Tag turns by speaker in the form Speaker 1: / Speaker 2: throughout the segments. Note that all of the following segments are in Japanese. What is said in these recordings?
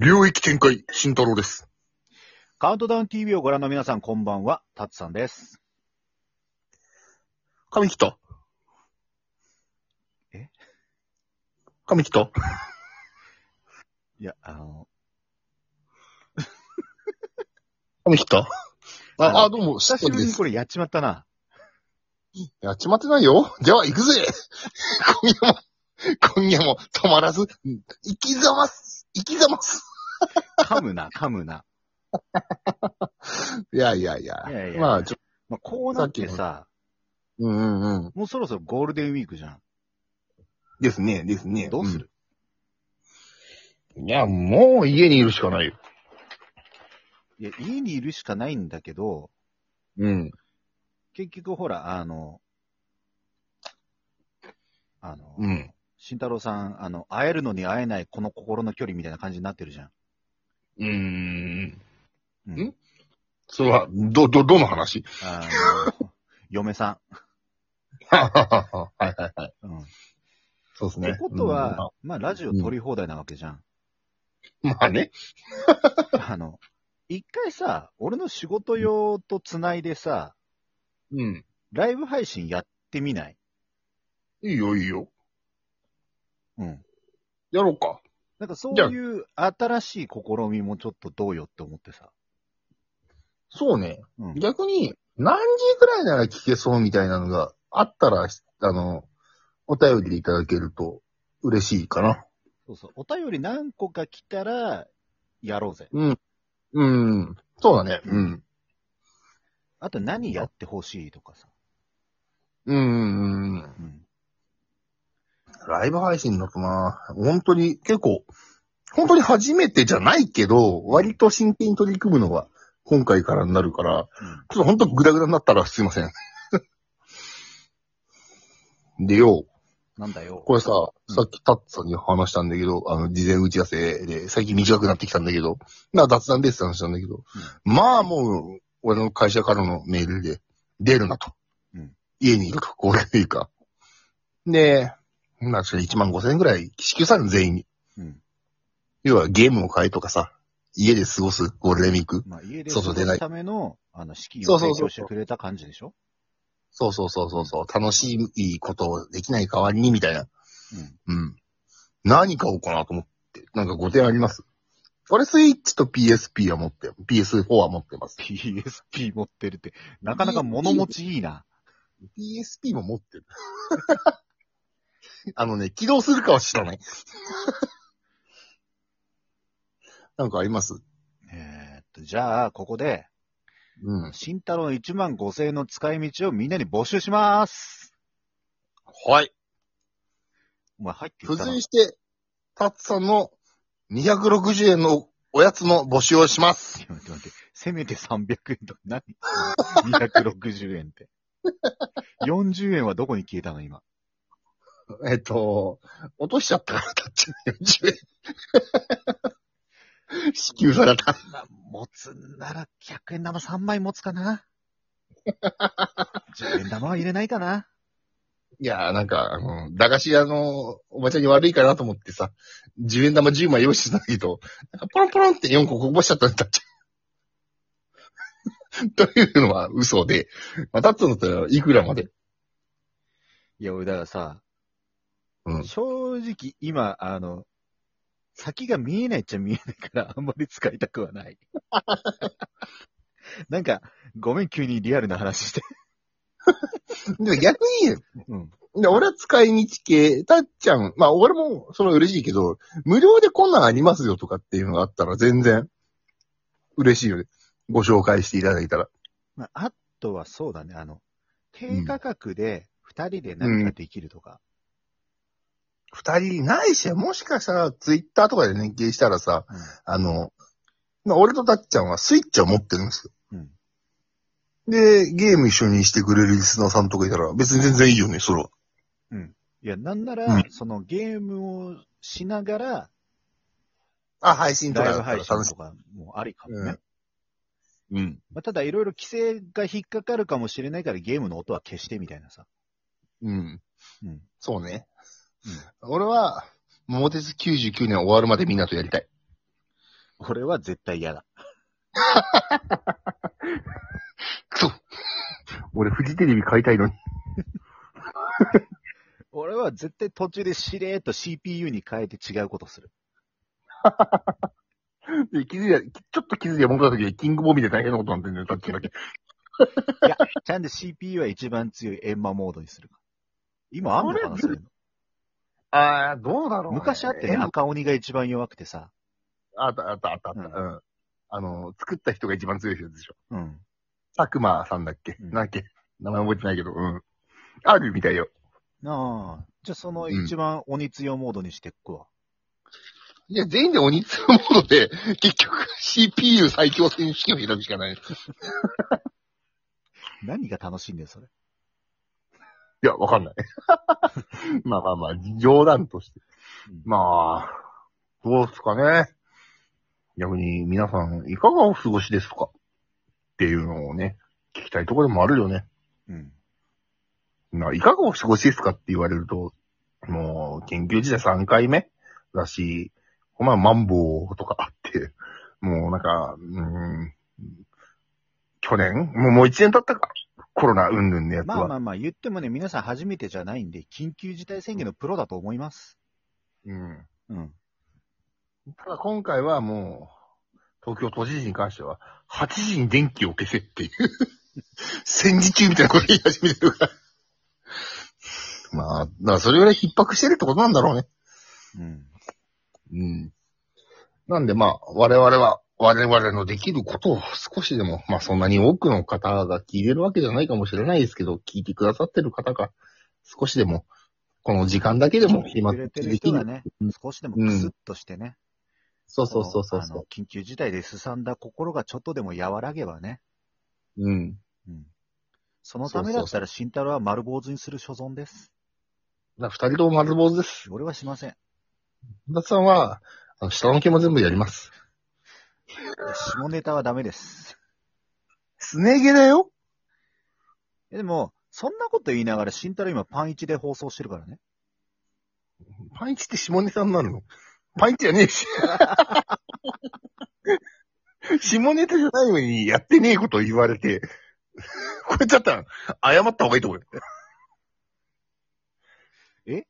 Speaker 1: 領域展開、慎太郎です。
Speaker 2: カウントダウン TV をご覧の皆さん、こんばんは、たつさんです。
Speaker 1: 髪切った
Speaker 2: え
Speaker 1: 髪切った
Speaker 2: いや、あの、
Speaker 1: 髪切ったあ、あ、どうも、
Speaker 2: 久しぶり
Speaker 1: で
Speaker 2: に
Speaker 1: す。
Speaker 2: これやっちまったな。
Speaker 1: やっちまってないよ。では、行く ぜ今夜も、今夜も止まらず、うん生きざます生きざます
Speaker 2: 噛む な、噛むな。
Speaker 1: いやいやいや。
Speaker 2: いやいや
Speaker 1: まあ、ちょ、
Speaker 2: まあ、こうなってさ、
Speaker 1: うんうんうん。
Speaker 2: もうそろそろゴールデンウィークじゃ
Speaker 1: ですね、ですね。
Speaker 2: ん。どうする、
Speaker 1: うんいや、もう家にいるしかないよ。
Speaker 2: いや、家にいるしかないんだけど、
Speaker 1: うん。
Speaker 2: 結局ほら、あの、あの、
Speaker 1: うん。
Speaker 2: 慎太郎さん、あの、会えるのに会えないこの心の距離みたいな感じになってるじゃん。
Speaker 1: うーん。
Speaker 2: うん
Speaker 1: んそれは、ど、ど、どの話
Speaker 2: あ の、嫁さ
Speaker 1: はいはいはい。
Speaker 2: ん。うん。っ
Speaker 1: そうですね。
Speaker 2: てことは、まあ、ラジオ撮り放題なわけじゃん。
Speaker 1: うん、まあまあね。
Speaker 2: あの、一回さ、俺の仕事用とつないでさ、
Speaker 1: うん。
Speaker 2: ライブ配信やってみない
Speaker 1: いいよ、いいよ。
Speaker 2: うん。
Speaker 1: やろうか。
Speaker 2: なんかそういう新しい試みもちょっとどうよって思ってさ。
Speaker 1: そうね。
Speaker 2: うん。
Speaker 1: 逆に、何時くらいなら聞けそうみたいなのがあったら、あの、お便りいただけると嬉しいかな。
Speaker 2: そうそう。お便り何個か来たら、やろうぜ。
Speaker 1: うん。うん。そうだね。うん。
Speaker 2: あと何やってほしいとかさ。
Speaker 1: うん。
Speaker 2: うん。
Speaker 1: ライブ配信だとな、本当に結構、本当に初めてじゃないけど、割と真剣に取り組むのが今回からになるから、
Speaker 2: う
Speaker 1: ち
Speaker 2: ん
Speaker 1: ょっと本当グダグダになったらすいません。 でよ、
Speaker 2: なんだよ。
Speaker 1: これさ、
Speaker 2: うん
Speaker 1: さっきタッツさんに話したんだけど、あの、事前打ち合わせで、最近短くなってきたんだけど、な、雑談ですって話したんだけど、まあもう、俺の会社からのメールで、出るなと。
Speaker 2: うん
Speaker 1: 家にいると、ゴールデンウィークは。で、まあ、それ1万5千円ぐらい支給されるの全員に。
Speaker 2: うん。
Speaker 1: 要はゲームを買えとかさ、家で過ごすゴールデンウィーク。
Speaker 2: まあ、家で過
Speaker 1: そうそう
Speaker 2: ご
Speaker 1: 出ない
Speaker 2: すための、あの、資金
Speaker 1: そ
Speaker 2: を
Speaker 1: うそう
Speaker 2: 提
Speaker 1: そう
Speaker 2: 供してくれた感じでしょ
Speaker 1: そうそうそうそうそう、楽しいことをできない代わりに、みたいな。
Speaker 2: うん。
Speaker 1: うん。何買おうかなと思って。なんかご提案あります俺スイッチと PSP は持って、PS4 は持ってます。
Speaker 2: PSP 持ってるって、なかなか物持ちいいな。
Speaker 1: PSP も持ってる。 あのね、起動するかは知らない。 なんかあります
Speaker 2: えーっと、じゃあ、ここで、
Speaker 1: うん。
Speaker 2: 慎太郎の1万5千円の使い道をみんなに募集します。
Speaker 1: はい。
Speaker 2: お前入って
Speaker 1: 付
Speaker 2: きたな
Speaker 1: 随して、タッツさんの260円のおやつの募集をします。
Speaker 2: 待って待って。せめて300円とか何 ?260 円 って。40円はどこに消えたの今。
Speaker 1: えっと、落としちゃったから、タッチの40円。支給された。
Speaker 2: まあ、持つんなら100円玉3枚持つか な ?10 円玉は入れないかない
Speaker 1: やーなんか、あの、駄菓子屋のおばちゃんに悪いかなと思ってさ、10円玉10枚用意してたけど、なんかポロンポロンって4個こぼ しちゃったんだっちゃ。というのは嘘で、まあ、タッツのだったらいくらまで
Speaker 2: いや、俺だからさ、
Speaker 1: うん
Speaker 2: 正直今、あの、先が見えないっちゃ見えないから、 あんまり使いたくはない。 なんか、ごめん、急にリアルな話して。
Speaker 1: で逆に、
Speaker 2: うん。
Speaker 1: で俺は使い道系、たっちゃん、まあ俺もそれは嬉しいけど、無料でこんなんありますよとかっていうのがあったら全然嬉しいよね。ご紹介していただいたら。
Speaker 2: まあ、あとはそうだね、あの、低価格で二人で何かできるとか。
Speaker 1: 二人ないし、もしかしたらツイッターとかで連携したらさ、
Speaker 2: うん
Speaker 1: あの、まあ、俺とたっちゃんはスイッチを持ってるんですよ。
Speaker 2: うん。
Speaker 1: で、ゲーム一緒にしてくれるリスナーさんとかいたら、別に全然いいよね、それは。
Speaker 2: いや、なんなら、
Speaker 1: うん
Speaker 2: そのゲームをしながら、
Speaker 1: あ、配信とか
Speaker 2: ラ
Speaker 1: だ
Speaker 2: イブ
Speaker 1: ったら
Speaker 2: 配
Speaker 1: 楽
Speaker 2: 信
Speaker 1: しい
Speaker 2: と。かもありかもね。
Speaker 1: うんうん。
Speaker 2: まあ、ただ、いろいろ規制が引っかかるかもしれないから、ゲームの音は消してみたいなさ。
Speaker 1: うん。
Speaker 2: うん。
Speaker 1: そうね。俺は、桃鉄99年終わるまでみんなとやりたい。
Speaker 2: 俺は絶対嫌だ。
Speaker 1: 俺、フジテレビ買いたいのに。
Speaker 2: 俺は絶対途中でしれーっと CPU に変えて違うことする。
Speaker 1: で、気づいた、ちょっと気づいたもんだ時キングボビーで大変なことになってんだよ、タッチだけ。
Speaker 2: いや、ちゃんと CPU は一番強いエンマモードにするから。今あんのかな、そういうの。
Speaker 1: ああ、どうだろ
Speaker 2: 昔あってね、
Speaker 1: あっ
Speaker 2: 赤鬼が一番弱くてさ。
Speaker 1: た、あった、あった、あった。
Speaker 2: う
Speaker 1: うん。あの、作った人が一番強い人でしょ。
Speaker 2: うん。
Speaker 1: 佐久間さんだっけ、
Speaker 2: うん
Speaker 1: なんだっけ名前覚えてないけど、うん。あるみたいよ。
Speaker 2: なあ。じゃあその
Speaker 1: うん
Speaker 2: 一番鬼強モードにしていくわ。
Speaker 1: いや、全員で鬼強モードで、結局 CPU 最強選手権を選ぶしかない。い
Speaker 2: 何が楽しいんだよ、それ。
Speaker 1: や、わかん ない。まあまあまあ、冗談として。まあ、どうですかね。逆に皆さん、いかがお過ごしですかっていうのをね、聞きたいところでもあるよね。
Speaker 2: うん。
Speaker 1: まあ、いかがお過ごしですかって言われると、もう、緊急事態3回目だし、この前マンボウとかあって、もうなんか、うーん、去年もうもう1年経ったかコロナうんぬんのやつは。
Speaker 2: まあまあまあ、言ってもね、皆さん初めてじゃないんで、緊急事態宣言のプロだと思います。
Speaker 1: うん。
Speaker 2: うん。
Speaker 1: ただ今回はもう、東京都知事に関しては、8時に電気を消せっていう、戦時中みたいなこと言い始めてるから。 まあ、だからそれぐらい逼迫してるってことなんだろうね。
Speaker 2: うん。
Speaker 1: うん。なんでまあ、我々は、我々のできることを少しでも、まあそんなに多くの方が聞いてるわけじゃないかもしれないですけど、聞いてくださってる方が、少しでも、この時間だけでも
Speaker 2: 聞いて
Speaker 1: 暇
Speaker 2: くれてる人がね
Speaker 1: うん、
Speaker 2: 少しでもクスッとしてね。
Speaker 1: そうそうそうそう
Speaker 2: あの
Speaker 1: そ
Speaker 2: 緊急事態ですさんだ心がちょっとでも和らげばね。
Speaker 1: う。うん。
Speaker 2: うん。そのためだったら慎太郎は丸坊主にする所存です。
Speaker 1: だから二人とも丸坊主です。
Speaker 2: 俺はしません。
Speaker 1: 本田さんは、あの下の毛も全部やります。
Speaker 2: 下ネタはダメです。
Speaker 1: すね毛だよ
Speaker 2: でも、そんなこと言いながら慎太郎今パン1で放送してるからね。
Speaker 1: パンチって下ネタになるのパンチじゃねえ し。下ネタじゃないのにやってねえことを言われて、これだったら謝った方がいいと思うよ。
Speaker 2: え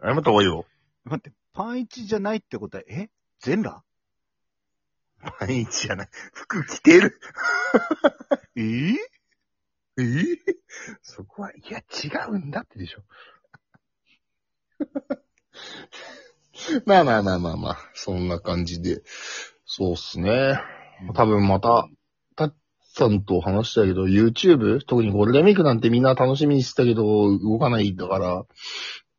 Speaker 1: 謝った方がいいよ。
Speaker 2: 待って、パン1じゃないってことは、え全裸
Speaker 1: パンチじゃない。服着てる。
Speaker 2: えー
Speaker 1: ええそこは、いや、違うんだってでしょ。 まあまあまあまあまあ、そんな感じで。そうっすね。多分また、たっさんと話したけど、YouTube? 特にゴールデンウィークなんてみんな楽しみにしてたけど、動かないんだから、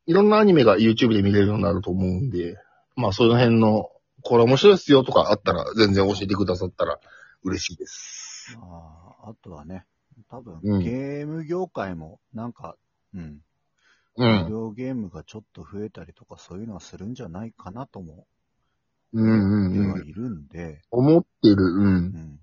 Speaker 1: いろんなアニメが YouTube で見れるようになると思うんで、まあその辺の、これ面白いっすよとかあったら、全然教えてくださったら嬉しいです。
Speaker 2: あーあとはね、多分、
Speaker 1: うん
Speaker 2: ゲーム業界も、なんか、うん。
Speaker 1: う
Speaker 2: ビデ
Speaker 1: ん。
Speaker 2: オゲームがちょっと増えたりとか、そういうのはするんじゃないかなとも、
Speaker 1: うんうん
Speaker 2: で
Speaker 1: うん
Speaker 2: は。いるんで、
Speaker 1: 思ってる。うん
Speaker 2: う。ん。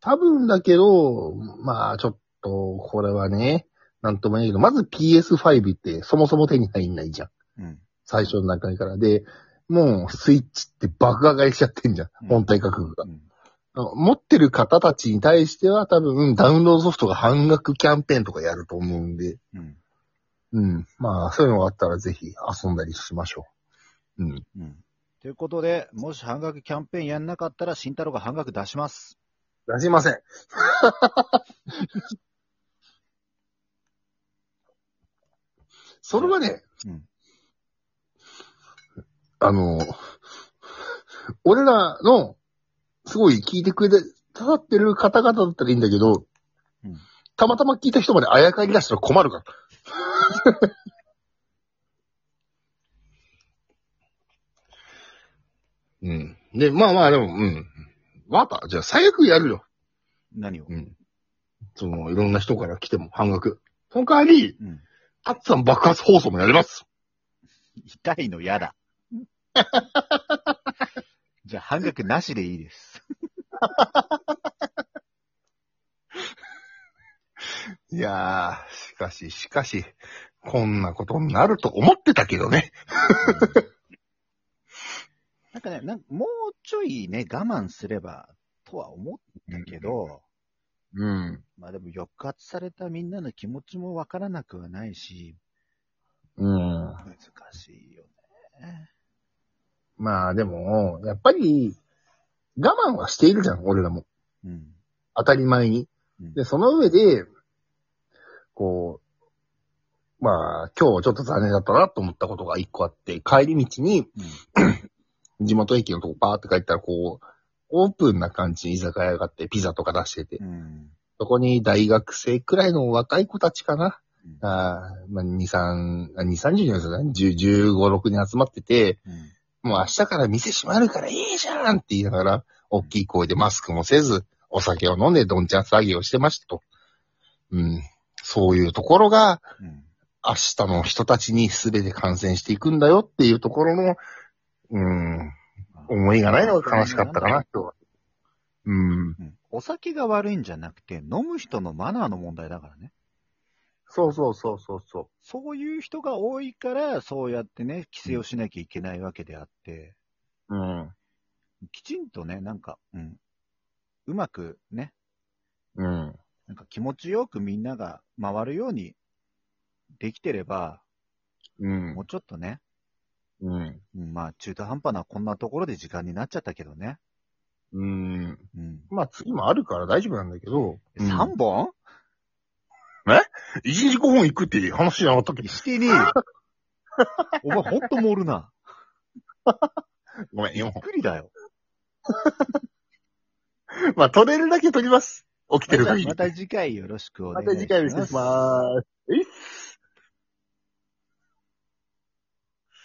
Speaker 1: 多分だけど、まあちょっと、これはね、なんとも言えないけど、まず PS5 ってそもそも手に入んないじゃん。
Speaker 2: うん。
Speaker 1: 最初の段階から。で、もうスイッチって爆上がりしちゃってんじゃん。
Speaker 2: うん
Speaker 1: 本体価格が
Speaker 2: う。ん
Speaker 1: 持ってる方たちに対しては多分ダウンロードソフトが半額キャンペーンとかやると思うんで、
Speaker 2: うん。
Speaker 1: うん。まあそういうのがあったらぜひ遊んだりしましょう。うん。
Speaker 2: うん。ということで、もし半額キャンペーンやんなかったら、慎太郎が半額出します。
Speaker 1: 出しません。 それはね、
Speaker 2: うん
Speaker 1: あの、俺らの、すごい聞いてくれて、ただってる方々だったらいいんだけど、
Speaker 2: うん
Speaker 1: たまたま聞いた人まであやかり出したら困るから。 うん。で、まあまあ、でも、うん。わかった。じゃあ、最悪やるよ。
Speaker 2: 何を
Speaker 1: うん。その、いろんな人から来ても半額。その代わり、
Speaker 2: うん。
Speaker 1: たっさん爆発放送もやります。
Speaker 2: 痛いの 嫌だ。じゃあ、半額なしでいいです。
Speaker 1: いやー、しかし、しかし、こんなことになると思ってたけどね。
Speaker 2: うんなんかね、なんかもうちょいね、我慢すればとは思ったけど、
Speaker 1: うん。
Speaker 2: まあでも抑圧されたみんなの気持ちもわからなくはないし、
Speaker 1: うん。
Speaker 2: 難しいよね。
Speaker 1: まあでも、やっぱり、我慢はしているじゃん、俺らも。
Speaker 2: うん。
Speaker 1: 当たり前に。
Speaker 2: うん
Speaker 1: で、その上で、こう、まあ、今日はちょっと残念だったなと思ったことが一個あって、帰り道に、
Speaker 2: うん
Speaker 1: 地元駅のとこバーって帰ったら、こう、オープンな感じに居酒屋があって、ピザとか出してて、
Speaker 2: うん。
Speaker 1: そこに大学生くらいの若い子たちかな。
Speaker 2: うん
Speaker 1: あーまあ、2、3、あ2、30人ですよね。10、15、6人集まってて、
Speaker 2: うん
Speaker 1: もう明日から店閉まるからいいじゃんって言いながら、大きい声でマスクもせず、お酒を飲んでどんちゃん騒ぎをしてましたと。うん。そういうところが、
Speaker 2: うん。
Speaker 1: 明日の人たちに全て感染していくんだよっていうところの、うん、思いがないのが悲しかったかな、今日は。うん。
Speaker 2: うん。お酒が悪いんじゃなくて、飲む人のマナーの問題だからね。
Speaker 1: そうそうそうそうそ
Speaker 2: そういう人が多いから、そうやってね、規制をしなきゃいけないわけであって、
Speaker 1: う。うん。
Speaker 2: きちんとね、なんか、うん、うまくね、
Speaker 1: うん。
Speaker 2: なんか気持ちよくみんなが回るようにできてれば、
Speaker 1: うん
Speaker 2: もう。ちょっとね、
Speaker 1: うん。
Speaker 2: うん、まあ中途半端なこんなところで時間になっちゃったけどね。
Speaker 1: うん。
Speaker 2: うん。
Speaker 1: まあ次もあるから大丈夫なんだけど。
Speaker 2: 3本、
Speaker 1: 一日5本行くっていう話じゃなかったっけ
Speaker 2: してねえ よ。お前ほんと盛るな。
Speaker 1: ごめん、
Speaker 2: び
Speaker 1: 4
Speaker 2: っ
Speaker 1: 本。
Speaker 2: くりだよ。
Speaker 1: まあ、取れるだけ取ります。起きてる
Speaker 2: また
Speaker 1: 限り。
Speaker 2: また次回よろしくお願
Speaker 1: ま
Speaker 2: い
Speaker 1: た次回お願いします。